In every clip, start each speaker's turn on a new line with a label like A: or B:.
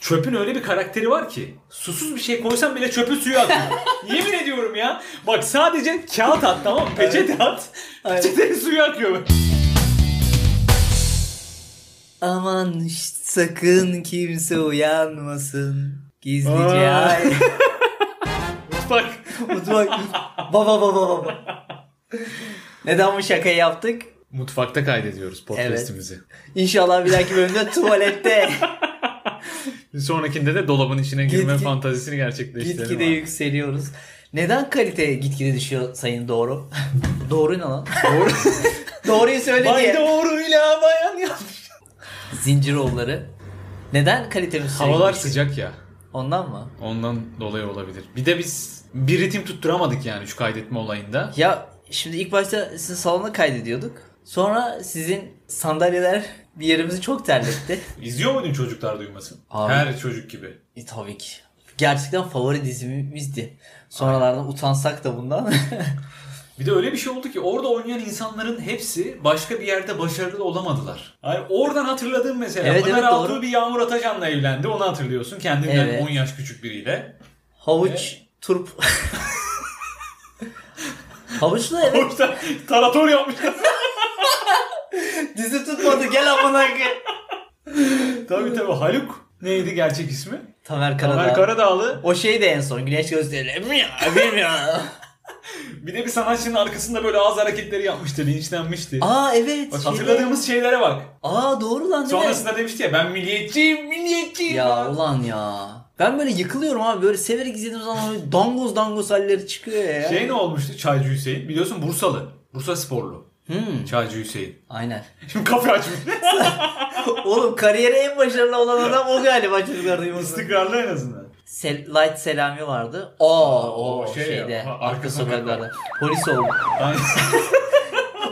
A: Çöpün öyle bir karakteri var ki susuz bir şey koysan bile çöpü suya atıyor. Yemin ediyorum ya. Bak sadece kağıt at tamam mı? Peçete at.
B: Aynen.
A: Peçete suya akıyor.
B: Aman şşt, sakın kimse uyanmasın. Gizlice
A: Aa.
B: ay.
A: Bak.
B: Mutfak. Baba baba baba. Neden bu şakayı yaptık?
A: Mutfakta kaydediyoruz podcast'imizi.
B: İnşallah bir dahaki bölümde tuvalette
A: Bir sonrakinde de dolabın içine
B: Git,
A: girme
B: git.
A: fantazisini gerçekleştirelim.
B: gitgide
A: abi.
B: yükseliyoruz. Neden kalite gitgide düşüyor Sayın Doğru? Doğru ne lan?
A: Doğru.
B: Doğruyu söyle
A: Bay
B: diye.
A: doğruyla bayan ya.
B: Zinciroğulları. Neden kalitemiz sürekli
A: Havalar
B: düşüyor?
A: sıcak ya.
B: Ondan mı?
A: Ondan dolayı olabilir. Bir de biz bir ritim tutturamadık yani şu kaydetme olayında.
B: Ya şimdi ilk başta sizin salona kaydediyorduk. Sonra sizin sandalyeler bir yerimizi çok terletti.
A: İzliyor muydun çocuklar duymasın?
B: Abi.
A: Her çocuk gibi.
B: e, tabii ki. Gerçekten favori dizimizdi. Sonralarda utansak da bundan.
A: Bir de öyle bir şey oldu ki orada oynayan insanların hepsi başka bir yerde başarılı olamadılar. Yani oradan hatırladığım mesela.
B: Evet,
A: Pınar
B: evet,
A: Altuğ
B: doğru.
A: bir Yağmur Atacan'la evlendi. Onu hatırlıyorsun. Kendinden
B: Evet.
A: 10 yaş küçük biriyle.
B: Havuç, turp. Havuçla evet.
A: Orada tarator yapmışlar.
B: Dizi tutmadı gel amına koyayım.
A: tabii tabii Haluk neydi gerçek ismi?
B: Tamer Karadağ.
A: Ömer Karadağlı.
B: O şey de en son güneş gösteriyor. Bilmiyorum.
A: Bir de bir sanatçının arkasında böyle ağız hareketleri yapmıştı. Linçlenmişti.
B: Aa şey evet.
A: Bak,
B: şeyde-
A: hatırladığımız şeylere bak.
B: Aa doğru lan değil mi?
A: Sonrasında demişti ya ben milliyetçiyim, milliyetçiyim.
B: Ya ulan ya. Ben böyle yıkılıyorum abi. Böyle severek izlediğim zaman böyle dangoz dangoz halleri çıkıyor ya.
A: Şey ne olmuştu Çaycı Hüseyin? Biliyorsun Bursalı. Bursa sporlu.
B: Hmm,
A: Çaycı Hüseyin.
B: aynen.
A: Şimdi kafe açmış.
B: Oğlum kariyeri en başarılı olan adam o galiba çocuklar duymasın.
A: İstikrarlı en azından.
B: Sel Light Selami vardı. Aa, o,
A: o şey
B: şeyde.
A: ya, ha,
B: arka,
A: arka
B: sokaklarda.
A: sokaklarda.
B: Polis oldu.
A: Yani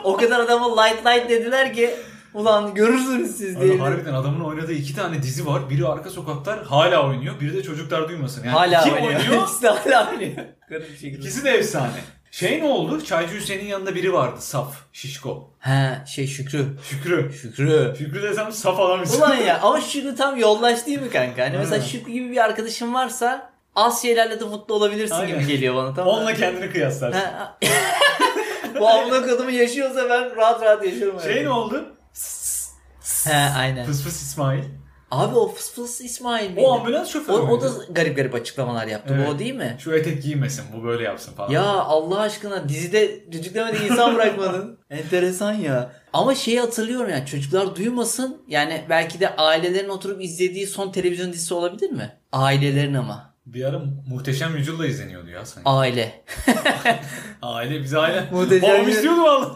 B: O kadar adama Light Light dediler ki ulan görürsünüz siz
A: Abi
B: diye.
A: harbiden adamın oynadığı iki tane dizi var. Biri Arka Sokaklar hala oynuyor. Biri de Çocuklar Duymasın. Yani
B: Hala
A: kim
B: oynuyor.
A: oynuyor?
B: İkisi de hala oynuyor. Garip bir şekilde.
A: İkisi de efsane. Şey ne oldu? Çaycı Hüseyin'in yanında biri vardı. Saf. Şişko.
B: He şey Şükrü.
A: Şükrü.
B: Şükrü.
A: Şükrü desem saf adam ismi.
B: Ulan ya ama Şükrü tam yoldaş değil mi kanka? Hani mesela
A: Ha.
B: Şükrü gibi bir arkadaşın varsa az şeylerle de mutlu olabilirsin
A: Aynen.
B: gibi geliyor bana tamam mı?
A: Onunla kendini kıyaslarsın.
B: Ha, ha. Bu amına kodumu yaşıyorsa ben rahat rahat yaşıyorum.
A: Şey ne
B: yani.
A: oldu?
B: He aynen.
A: Fıs fıs İsmail.
B: Abi o fıs fıs İsmail miydi?
A: O
B: O,
A: ambulans şoförü.
B: o, da
A: müydü?
B: garip garip açıklamalar yaptı.
A: Evet.
B: Bu o değil mi?
A: Şu etek giymesin bu böyle yapsın falan.
B: Ya Allah aşkına dizide düdüklemede insan bırakmadın. Enteresan ya. Ama şeyi hatırlıyorum yani çocuklar duymasın. Yani belki de ailelerin oturup izlediği son televizyon dizisi olabilir mi? Ailelerin ama.
A: Bir ara muhteşem yüzyılda izleniyordu ya sanki.
B: Aile.
A: Aile biz aile.
B: Muhteşem
A: Babam
B: Yüzyıl.
A: izliyordu valla.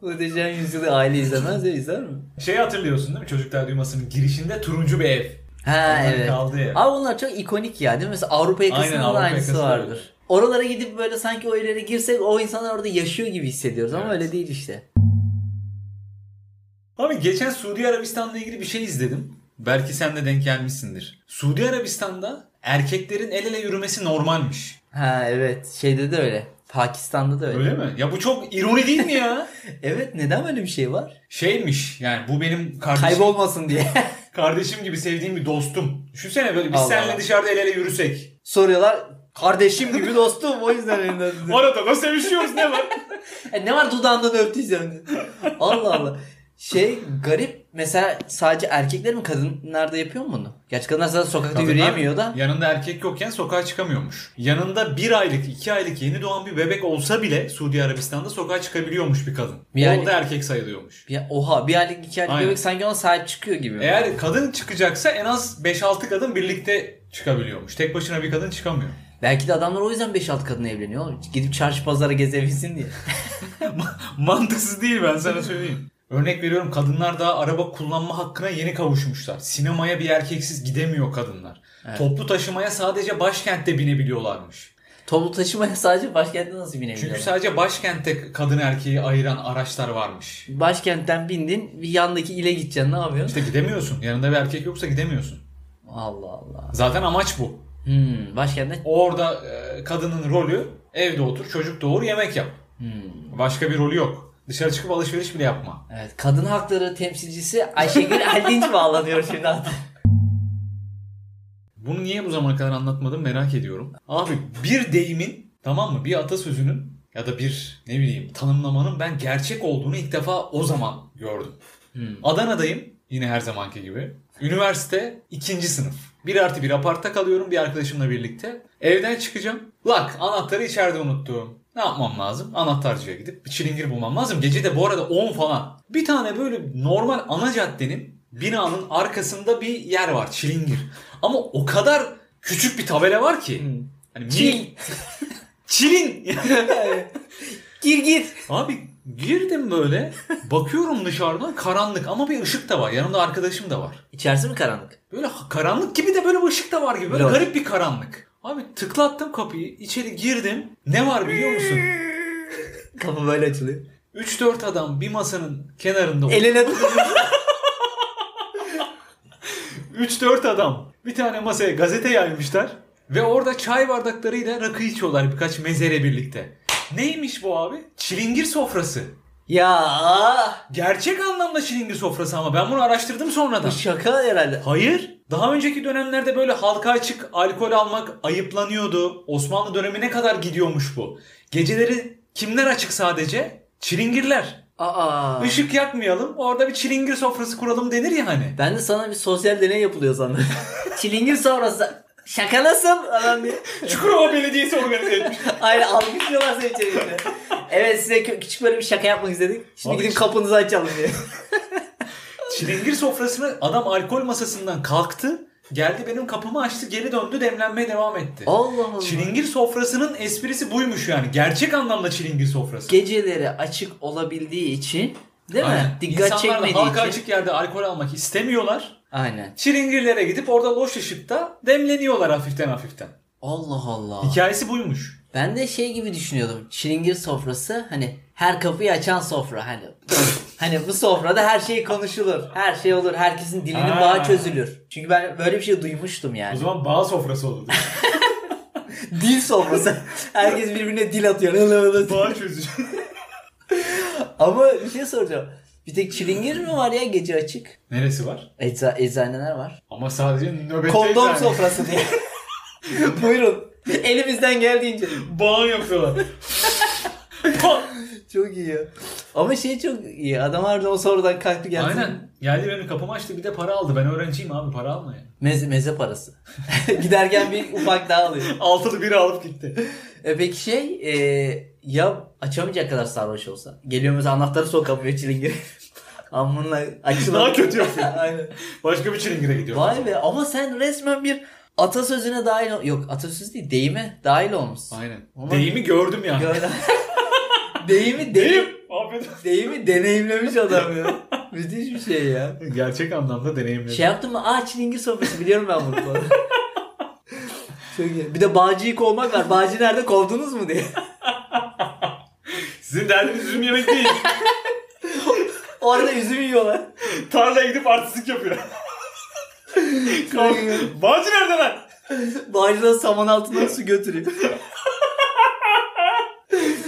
B: Muhteşem Yüzyıl'ı aile izlemez ya izler mi?
A: Şeyi hatırlıyorsun değil mi? Çocuklar Duyması'nın girişinde turuncu bir ev.
B: Ha
A: Onların
B: evet.
A: Kaldı ev.
B: Abi bunlar çok ikonik ya değil mi? Mesela Avrupa
A: Aynen,
B: yakasında da
A: Avrupa
B: aynısı
A: yakası da
B: vardır.
A: öyle.
B: Oralara gidip böyle sanki o evlere girsek o insanlar orada yaşıyor gibi hissediyoruz ama
A: Evet.
B: öyle değil işte.
A: Abi geçen Suudi Arabistan'la ilgili bir şey izledim. Belki sen de denk gelmişsindir. Suudi Arabistan'da erkeklerin el ele yürümesi normalmiş.
B: Ha evet şeyde de öyle. Pakistan'da da öyle.
A: Öyle mi? Ya bu çok ironi değil mi ya?
B: Evet neden böyle bir şey var?
A: Şeymiş yani bu benim kardeşim,
B: Kaybolmasın diye.
A: kardeşim gibi sevdiğim bir dostum. Düşünsene böyle biz
B: Allah
A: seninle
B: Allah.
A: dışarıda el ele yürüsek.
B: Soruyorlar kardeşim gibi dostum o yüzden elinden tutuyorum."
A: Arada da sevişiyoruz ne var?
B: E, ne var dudağından öptüysem diye. Allah Allah. Şey garip mesela sadece erkekler mi kadınlar da yapıyor mu bunu? Gerçi kadınlar zaten sokakta
A: Kadınlar
B: yürüyemiyor da.
A: Yanında erkek yokken sokağa çıkamıyormuş. Yanında bir aylık, iki aylık yeni doğan bir bebek olsa bile Suudi Arabistan'da sokağa çıkabiliyormuş bir kadın.
B: Bir aylık-
A: Orada erkek sayılıyormuş.
B: Bir, oha bir aylık iki aylık
A: Aynen. E-
B: bebek sanki ona sahip çıkıyor gibi.
A: Eğer kadın çıkacaksa en az 5-6 kadın birlikte çıkabiliyormuş. Tek başına bir kadın çıkamıyor.
B: Belki de adamlar o yüzden 5-6 kadına evleniyor oğlum. Gidip çarşı pazara gezebilsin diye.
A: Mantıksız değil ben sana söyleyeyim. Örnek veriyorum kadınlar daha araba kullanma hakkına yeni kavuşmuşlar. Sinemaya bir erkeksiz gidemiyor kadınlar. Toplu taşımaya sadece başkentte binebiliyorlarmış.
B: Toplu taşımaya sadece başkentte nasıl binebiliyorlar?
A: Çünkü sadece başkentte kadın erkeği ayıran araçlar varmış.
B: Başkentten bindin bir yandaki ile gideceksin ne yapıyorsun?
A: İşte gidemiyorsun. Yanında bir erkek yoksa gidemiyorsun.
B: Allah Allah.
A: Zaten amaç bu.
B: Hmm, başkentten
A: Orada e, kadının rolü evde otur, çocuk doğur, yemek yap. Başka bir rolü yok. Dışarı çıkıp alışveriş bile yapma.
B: Evet, kadın hakları temsilcisi Ayşegül Eldinç bağlanıyor şimdi.
A: Bunu niye bu zamana kadar anlatmadım merak ediyorum. Abi bir deyimin tamam mı bir atasözünün ya da bir ne bileyim tanımlamanın ben gerçek olduğunu ilk defa o zaman gördüm.
B: Hmm.
A: Adana'dayım yine her zamanki gibi. Üniversite ikinci sınıf. Bir artı bir apartta kalıyorum bir arkadaşımla birlikte. Evden çıkacağım. Lak anahtarı içeride unuttum. Ne yapmam lazım? Anahtarcıya gidip bir çilingir bulmam lazım. Gece de bu arada 10 falan. Bir tane böyle normal ana caddenin binanın arkasında bir yer var çilingir. Ama o kadar küçük bir tabela var ki.
B: Hmm.
A: Hani mi-
B: Çil.
A: Çilin.
B: Gir gir.
A: Abi girdim böyle. Bakıyorum dışarıdan karanlık ama bir ışık da var. Yanımda arkadaşım da var.
B: İçerisi mi karanlık?
A: Böyle ha- karanlık gibi de böyle bir ışık da var gibi. Böyle
B: Biraz.
A: garip bir karanlık. Abi tıklattım kapıyı. içeri girdim. Ne var biliyor musun?
B: Kapı böyle açılıyor.
A: 3-4 adam bir masanın kenarında.
B: El ele tutuluyor.
A: 3-4 adam bir tane masaya gazete yaymışlar. Ve orada çay bardaklarıyla rakı içiyorlar birkaç mezere birlikte. Neymiş bu abi? Çilingir sofrası.
B: ya
A: Gerçek anlamda çilingir sofrası ama ben bunu araştırdım sonradan.
B: bu şaka herhalde.
A: Hayır. Daha önceki dönemlerde böyle halka açık alkol almak ayıplanıyordu. Osmanlı dönemine kadar gidiyormuş bu. Geceleri kimler açık sadece? Çilingirler.
B: Aa.
A: Işık yakmayalım. Orada bir çilingir sofrası kuralım denir ya hani.
B: Ben de sana bir sosyal deney yapılıyor sandım. Çilingir sonrası. Şaka nasıl? Adam diye.
A: Çukurova Belediyesi organize etmiş.
B: Aynen alkışlıyorlar seni içeriye. Evet size kü- küçük böyle bir şaka yapmak istedik. Şimdi
A: Abi
B: gidin
A: hiç-
B: kapınızı açalım diye.
A: çilingir sofrasını adam alkol masasından kalktı. Geldi benim kapımı açtı geri döndü demlenmeye devam etti.
B: Allah Allah.
A: Çilingir sofrasının esprisi buymuş yani. Gerçek anlamda çilingir sofrası.
B: Geceleri açık olabildiği için değil mi?
A: Aynen.
B: Dikkat
A: İnsanlar da
B: çekmediği için.
A: halka açık yerde alkol almak istemiyorlar.
B: Aynen.
A: Çilingirlere gidip orada loş ışıkta demleniyorlar hafiften hafiften.
B: Allah Allah.
A: Hikayesi buymuş.
B: Ben de şey gibi düşünüyordum. Çilingir sofrası hani her kapıyı açan sofra hani. hani bu sofrada her şey konuşulur. Her şey olur. Herkesin dilinin
A: Ha.
B: bağı çözülür. Çünkü ben böyle bir şey duymuştum
A: O
B: yani.
A: zaman bağ sofrası olurdu.
B: Dil sofrası. Herkes birbirine dil atıyor. Lı lı lı.
A: bağ çözücü.
B: Ama bir şey soracağım. Bir tek çilingir mi var ya gece açık?
A: Neresi var?
B: Ecza, eczaneler var.
A: Ama sadece nöbette
B: Kondom sofrası diye. Buyurun. Elimizden geldiğince.
A: Bağ yapıyorlar. Bağ.
B: Çok iyi ya. Ama şey çok iyi. Adam harbiden o sorudan kalktı geldi.
A: Aynen. Geldi benim kapımı açtı bir de para aldı. Ben öğrenciyim abi para alma ya.
B: Meze, meze parası. Giderken bir ufak daha alıyor.
A: Altılı biri alıp gitti.
B: E peki şey e, ya açamayacak kadar sarhoş olsa. Geliyor mesela anahtarı sokamıyor çilingir. Amına açılan.
A: Daha kötü yapıyor.
B: Aynen.
A: Başka bir çilingire gidiyor.
B: Vay be ama sen resmen bir atasözüne dahil ol- Yok atasöz değil deyime dahil olmuşsun.
A: Aynen.
B: Ulan-
A: Deyimi gördüm yani.
B: Gör- deyimi deyim.
A: Deyim. Afiyet olsun.
B: Deyimi deneyimlemiş adam ya. Müthiş bir şey ya.
A: Gerçek anlamda deneyimledim.
B: Şey yaptın mı? Aa çilingir sofrası biliyorum ben bunu. falan. Çok iyi. Bir de bağcıyı kovmak var. Bağcı nerede kovdunuz mu diye.
A: Sizin derdiniz üzüm yemek değil.
B: O arada üzüm yiyorlar.
A: Tarlaya gidip artistlik yapıyor. Bağcı nerede lan?
B: Bağcıdan saman altından su götürüyor.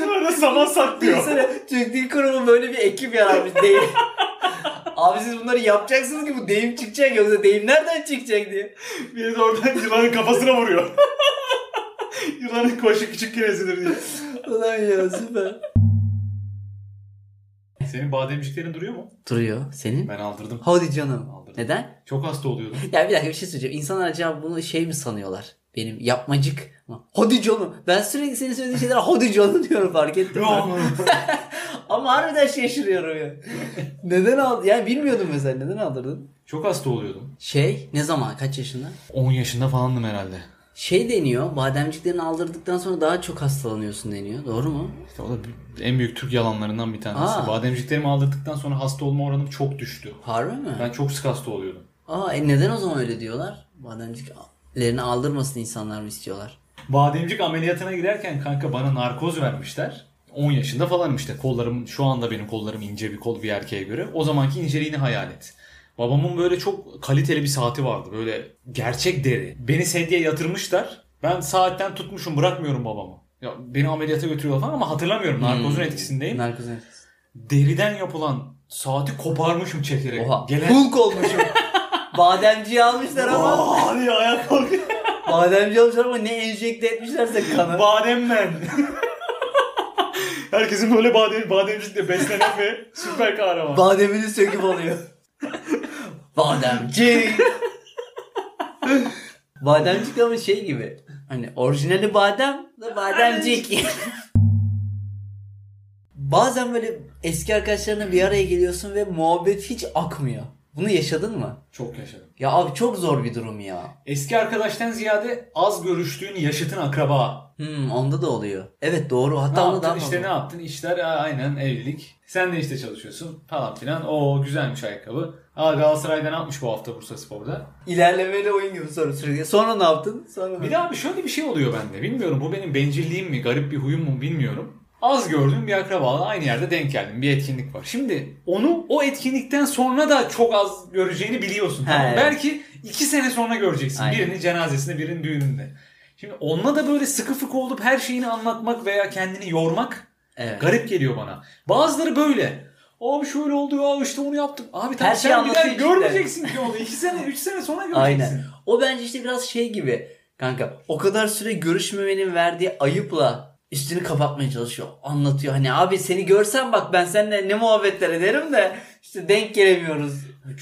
A: Orada saman saklıyor.
B: Düşünsene Türk Dil Kurumu böyle bir ekip yaratmış deyim. Abi siz bunları yapacaksınız ki bu deyim çıkacak yoksa deyim nereden çıkacak diye.
A: Biri de oradan yılanın kafasına vuruyor. yılanın koşu küçük kerezidir diye.
B: Ulan ya süper.
A: Senin bademciklerin duruyor mu?
B: Duruyor senin.
A: Ben aldırdım.
B: Hadi canım.
A: Aldırdım.
B: Neden?
A: Çok hasta oluyordum.
B: Ya bir dakika bir şey söyleyeceğim. İnsanlar acaba bunu şey mi sanıyorlar? Benim yapmacık. Hadi canım. Ben sürekli senin söylediğin şeylere hadi canım diyorum fark ettim. ben. Ama harbiden şaşırıyorum ya. neden aldın? Yani bilmiyordum mesela neden aldırdın?
A: Çok hasta oluyordum.
B: Şey ne zaman kaç yaşında?
A: 10 yaşında falandım herhalde.
B: Şey deniyor, bademciklerini aldırdıktan sonra daha çok hastalanıyorsun deniyor. Doğru mu?
A: İşte o da bir- en büyük Türk yalanlarından bir tanesi.
B: Aa.
A: Bademciklerimi aldırdıktan sonra hasta olma oranım çok düştü.
B: Harbi mi?
A: Ben çok sık hasta oluyordum.
B: Aa e neden o zaman öyle diyorlar? Bademciklerini aldırmasın insanlar mı istiyorlar?
A: Bademcik ameliyatına girerken kanka bana narkoz vermişler. 10 yaşında falanım işte. Kollarım şu anda benim kollarım ince bir kol bir erkeğe göre. O zamanki inceliğini hayal et. Babamın böyle çok kaliteli bir saati vardı. Böyle gerçek deri. Beni sedyeye yatırmışlar. Ben saatten tutmuşum bırakmıyorum babamı. Ya beni ameliyata götürüyorlar falan ama hatırlamıyorum. Narkozun etkisindeyim.
B: Narkozun etkisi.
A: Deriden yapılan saati koparmışım çekerek.
B: Oha.
A: Gelen
B: Hulk olmuşum. Bademciyi almışlar ama.
A: Aa diye ayağa kalkıyor.
B: bademci almışlar ama ne enjekte etmişlerse kana.
A: Badem men. Herkesin böyle badem, bademcikle beslenen ve süper kahraman.
B: Bademini söküp alıyor. Bademcik. Bademcik ama şey gibi. Hani orijinali badem da bademcik. Bazen böyle eski arkadaşlarına bir araya geliyorsun ve muhabbet hiç akmıyor. Bunu yaşadın mı?
A: Çok yaşadım.
B: Ya abi çok zor bir durum ya.
A: Eski arkadaştan ziyade az görüştüğün yaşıtın akraba.
B: Hmm, onda da oluyor. Evet doğru.
A: Ne
B: Hatta onda
A: yaptın
B: daha
A: işte
B: fazla.
A: ne yaptın? İşler ha, aynen evlilik. Sen de işte çalışıyorsun falan filan. Oo güzelmiş ayakkabı. Aa Galatasaray'da ne yapmış bu hafta Bursa Spor'da?
B: İlerlemeli oyun gibi soru sürekli. Sonra ne yaptın? Sonra
A: Bir de abi şöyle bir şey oluyor bende. Bilmiyorum bu benim bencilliğim mi, garip bir huyum mu bilmiyorum. Az gördüğüm bir akrabalığa aynı yerde denk geldim. Bir etkinlik var. Şimdi onu o etkinlikten sonra da çok az göreceğini biliyorsun.
B: He,
A: tamam mı?
B: evet.
A: Belki iki sene sonra göreceksin.
B: Aynen.
A: Birinin cenazesinde, birinin düğününde. Şimdi onunla da böyle sıkı fıkı olup her şeyini anlatmak veya kendini yormak
B: Evet.
A: garip geliyor bana. Bazıları böyle. Abi şöyle oldu ya işte onu yaptım. Abi tamam
B: Her şeyi
A: sen bir daha
B: anlatıyor işte.
A: görmeyeceksin ki onu. İki sene, üç sene sonra göreceksin.
B: Aynen. O bence işte biraz şey gibi. Kanka o kadar süre görüşmemenin verdiği ayıpla üstünü kapatmaya çalışıyor. Anlatıyor hani abi seni görsem bak ben seninle ne muhabbetler ederim de işte denk gelemiyoruz.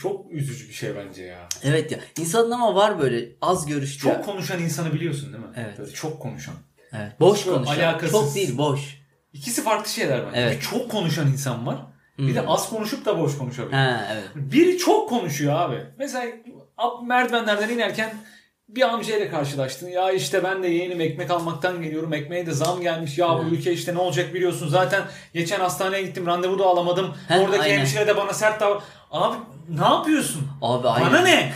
A: Çok üzücü bir şey bence ya.
B: Evet ya. İnsanın ama var böyle az görüştüğü.
A: Çok konuşan insanı biliyorsun değil mi?
B: Evet.
A: Böyle çok konuşan.
B: Evet. Boş
A: Çok
B: konuşan.
A: alakasız.
B: Çok değil boş.
A: İkisi farklı şeyler bence.
B: Evet.
A: Bir çok konuşan insan var. Bir de az konuşup da boş konuşabilir.
B: Hmm. Ha evet.
A: Biri çok konuşuyor abi. Mesela ab- merdivenlerden inerken bir amcayla karşılaştın. Ya işte ben de yeğenim ekmek almaktan geliyorum. Ekmeğe de zam gelmiş. Ya bu
B: Evet.
A: ülke işte ne olacak biliyorsun. Zaten geçen hastaneye gittim. Randevu da alamadım.
B: Heh,
A: Oradaki
B: aynen.
A: hemşire de bana sert davran. Abi ne yapıyorsun?
B: Abi aynen.
A: Bana ne?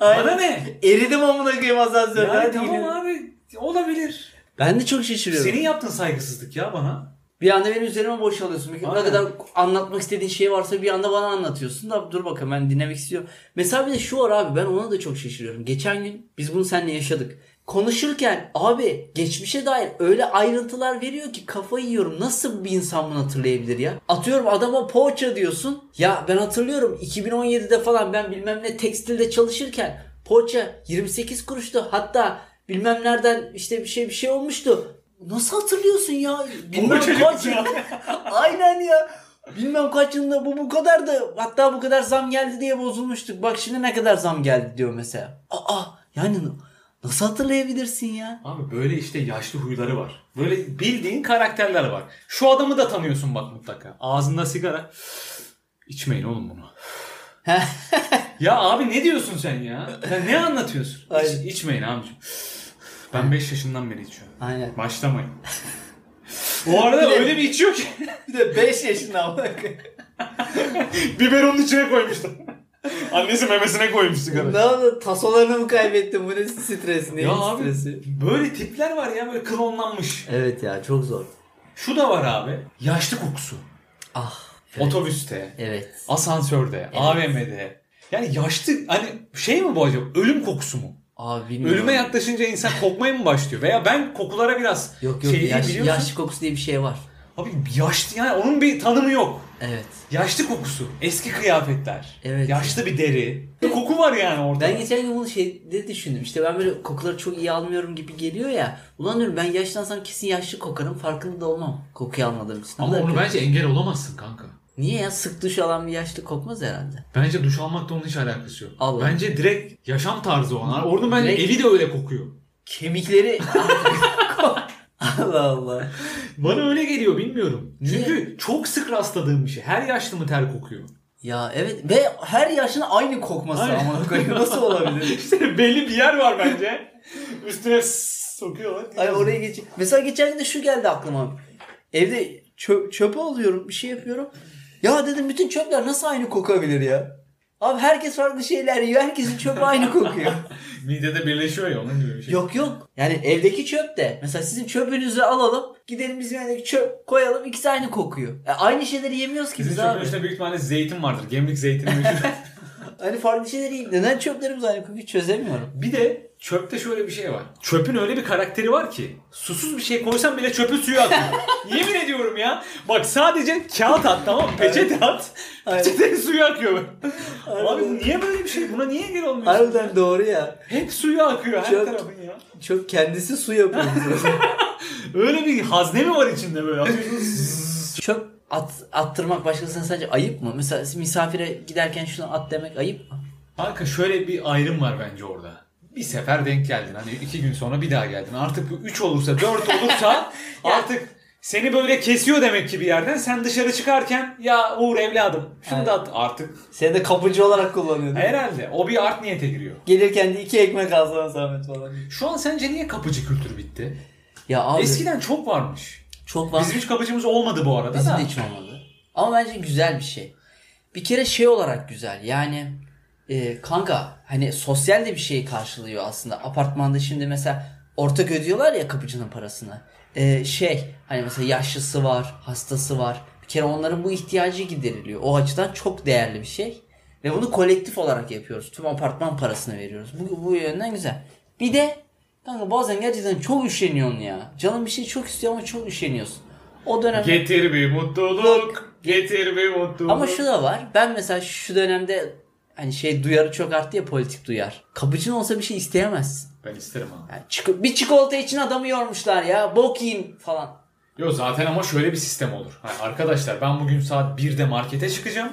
A: Bana ne?
B: Eridim amına koyayım asansörde.
A: Ya,
B: Hadi
A: tamam
B: gidelim.
A: abi olabilir.
B: Ben de çok şaşırıyorum.
A: Senin yaptığın saygısızlık ya bana.
B: Bir anda benim üzerime boşalıyorsun. Ne
A: Aynen.
B: kadar anlatmak istediğin şey varsa bir anda bana anlatıyorsun da dur bakalım ben dinlemek istiyorum. Mesela bir de şu var abi ben ona da çok şaşırıyorum. Geçen gün biz bunu seninle yaşadık. Konuşurken abi geçmişe dair öyle ayrıntılar veriyor ki kafayı yiyorum. Nasıl bir insan bunu hatırlayabilir ya? Atıyorum adama poğaça diyorsun. Ya ben hatırlıyorum 2017'de falan ben bilmem ne tekstilde çalışırken poğaça 28 kuruştu. Hatta bilmem nereden işte bir şey bir şey olmuştu. Nasıl hatırlıyorsun ya? Bilmem
A: Poğaça
B: kaç
A: ya.
B: Aynen ya. Bilmem kaç yılında bu bu kadar da hatta bu kadar zam geldi diye bozulmuştuk. Bak şimdi ne kadar zam geldi diyor mesela. Aa yani nasıl hatırlayabilirsin ya?
A: Abi böyle işte yaşlı huyları var. Böyle bildiğin karakterler var. Şu adamı da tanıyorsun bak mutlaka. Ağzında sigara. İçmeyin oğlum bunu. ya abi ne diyorsun sen ya? Sen ne anlatıyorsun?
B: Aynen.
A: İç, içmeyin amcım. Ben 5 yaşından beri içiyorum.
B: Aynen.
A: Başlamayın. Bu arada
B: Bir de-
A: öyle bir içiyor ki
B: Bir de 5 yaşında ama.
A: biberonun içine koymuştu. Annesi memesine koymuş sigara.
B: ne oldu? Tasolarını mı kaybettin? Bu ne stres? Ne
A: Ya
B: iç
A: abi
B: stresi?
A: böyle tipler var ya böyle klonlanmış.
B: Evet ya çok zor.
A: Şu da var abi. Yaşlı kokusu.
B: Ah.
A: Otobüste.
B: Evet.
A: Asansörde, AVM'de. Yani yaşlı hani şey mi bu acaba? Ölüm kokusu mu?
B: Abi bilmiyorum.
A: Ölüme yaklaşınca insan kokmaya mı başlıyor? Veya ben kokulara biraz
B: Yok yok
A: şeyi
B: yaş,
A: biliyorsun.
B: yaş kokusu diye bir şey var.
A: Abi yaşlı yani onun bir tanımı yok.
B: Evet.
A: Yaşlı kokusu, eski kıyafetler,
B: Evet.
A: yaşlı bir deri. Bir koku var yani orada.
B: Ben geçen gün bunu şeyde düşündüm. İşte ben böyle kokuları çok iyi almıyorum gibi geliyor ya. Ulan diyorum ben yaşlansam kesin yaşlı kokarım. Farkında da olmam. Kokuyu almadığım için.
A: Ama
B: Ulan
A: onu bence engel olamazsın kanka.
B: Niye ya? Sık duş alan bir yaşlı kokmaz herhalde.
A: Bence duş almakla onun hiç alakası yok.
B: Allah.
A: Bence direkt yaşam tarzı onlar. Orada bence
B: Direkt-
A: evi de öyle kokuyor.
B: Kemikleri... Allah Allah.
A: Bana öyle geliyor bilmiyorum.
B: Niye?
A: Çünkü çok sık rastladığım bir şey. Her yaşlı mı ter kokuyor?
B: Ya evet ve her yaşın aynı kokması
A: Aynen.
B: ama nasıl olabilir?
A: İşte belli bir yer var bence. Üstüne s- sokuyorlar.
B: Ay oraya geç. Mesela geçen gün de şu geldi aklıma. Evde çöp, çöpü alıyorum, bir şey yapıyorum. Ya dedim bütün çöpler nasıl aynı kokabilir ya? Abi herkes farklı şeyler yiyor. Herkesin çöpü aynı kokuyor.
A: Midede birleşiyor ya onun gibi bir şey.
B: Yok yok. Yani evdeki çöp de. Mesela sizin çöpünüzü alalım. Gidelim bizim evdeki çöp koyalım. ikisi aynı kokuyor. E, aynı şeyleri yemiyoruz ki
A: Sizin
B: biz
A: çöpün
B: abi.
A: üstünde büyük ihtimalle zeytin vardır. Gemlik zeytini meşhur.
B: Hani farklı şeyler iyi. Neden çöplerimiz aynı kokuyu çözemiyorum.
A: Bir de çöpte şöyle bir şey var. Çöpün öyle bir karakteri var ki susuz bir şey koysan bile çöpü suya atıyor. Yemin ediyorum ya. Bak sadece kağıt at tamam mı? Peçete at.
B: Aynen.
A: Peçeteyi suya akıyor. Abi
B: Aynen.
A: bu niye böyle bir şey? Buna niye engel olmuyorsun?
B: Harbiden doğru ya.
A: Hep suya akıyor her
B: Çöp.
A: tarafın ya.
B: Çöp kendisi su yapıyor.
A: Öyle bir hazne mi var içinde böyle? Atıyorsun, zzz.
B: Çöp at, attırmak başkasına sadece ayıp mı? Mesela misafire giderken şunu at demek ayıp mı?
A: Kanka şöyle bir ayrım var bence orada. Bir sefer denk geldin. Hani iki gün sonra bir daha geldin. Artık bu üç olursa dört olursa artık seni böyle kesiyor demek ki bir yerden. Sen dışarı çıkarken ya Uğur evladım şunu da at artık.
B: Seni de kapıcı olarak kullanıyor. değil mi?
A: Herhalde o bir art niyete giriyor.
B: Gelirken de iki ekmek alsana zahmet falan.
A: Şu an sence niye kapıcı kültürü bitti?
B: Ya abi
A: Eskiden çok varmış.
B: çok var.
A: Bizim hiç kapıcımız olmadı bu arada
B: Bizim
A: da.
B: de hiç olmadı. Ama bence güzel bir şey. Bir kere şey olarak güzel. Yani e, kanka hani sosyal de bir şey karşılıyor aslında. Apartmanda şimdi mesela ortak ödüyorlar ya kapıcının parasını. E, şey hani mesela yaşlısı var, hastası var. Bir kere onların bu ihtiyacı gideriliyor. O açıdan çok değerli bir şey. Ve bunu kolektif olarak yapıyoruz. Tüm apartman parasını veriyoruz. Bu, bu yönden güzel. Bir de kanka bazen gerçekten çok üşeniyorsun ya. Canın bir şey çok istiyor ama çok üşeniyorsun. O dönem
A: Getir bir mutluluk. Getir bir mutluluk.
B: ama şu da var. Ben mesela şu dönemde hani şey duyarı çok arttı ya politik duyar. Kapıcın olsa bir şey isteyemezsin.
A: Ben isterim abi.
B: Yani çıkıp bir çikolata için adamı yormuşlar ya. Bok yiyin falan.
A: Yo zaten ama şöyle bir sistem olur. Hani arkadaşlar ben bugün saat 1'de markete çıkacağım.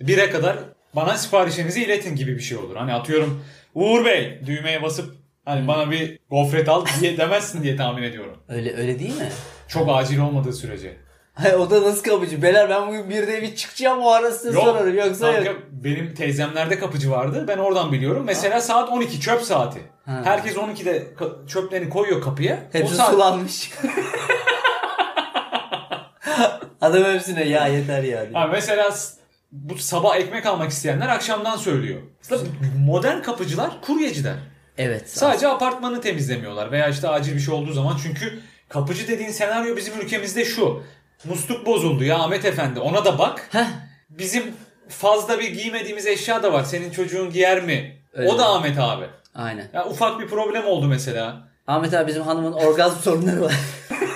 A: 1'e kadar bana siparişinizi iletin gibi bir şey olur. Hani atıyorum Uğur Bey düğmeye basıp hani bana bir gofret al diye demezsin diye tahmin ediyorum.
B: Öyle öyle değil mi?
A: Çok acil olmadığı sürece.
B: Hayır o da nasıl kapıcı? Beler ben bugün bir de bir çıkacağım o ara size sorarım. Yoksa
A: kanka,
B: yok.
A: benim teyzemlerde kapıcı vardı. Ben oradan biliyorum. Mesela saat 12 çöp saati.
B: Ha.
A: Herkes 12'de ka- çöplerini koyuyor kapıya.
B: Hepsi sulanmış. Adam hepsine ya yeter ya. diyor.
A: Ha, mesela s- bu sabah ekmek almak isteyenler akşamdan söylüyor. Aslında modern kapıcılar kuryeciler.
B: Evet.
A: Sadece apartmanı temizlemiyorlar veya işte acil bir şey olduğu zaman çünkü kapıcı dediğin senaryo bizim ülkemizde şu. Musluk bozuldu ya Ahmet Efendi ona da bak.
B: Heh.
A: Bizim fazla bir giymediğimiz eşya da var. Senin çocuğun giyer mi?
B: Öyle.
A: O da Ahmet abi.
B: Aynen.
A: Ya ufak bir problem oldu mesela.
B: Ahmet abi bizim hanımın orgazm sorunları var.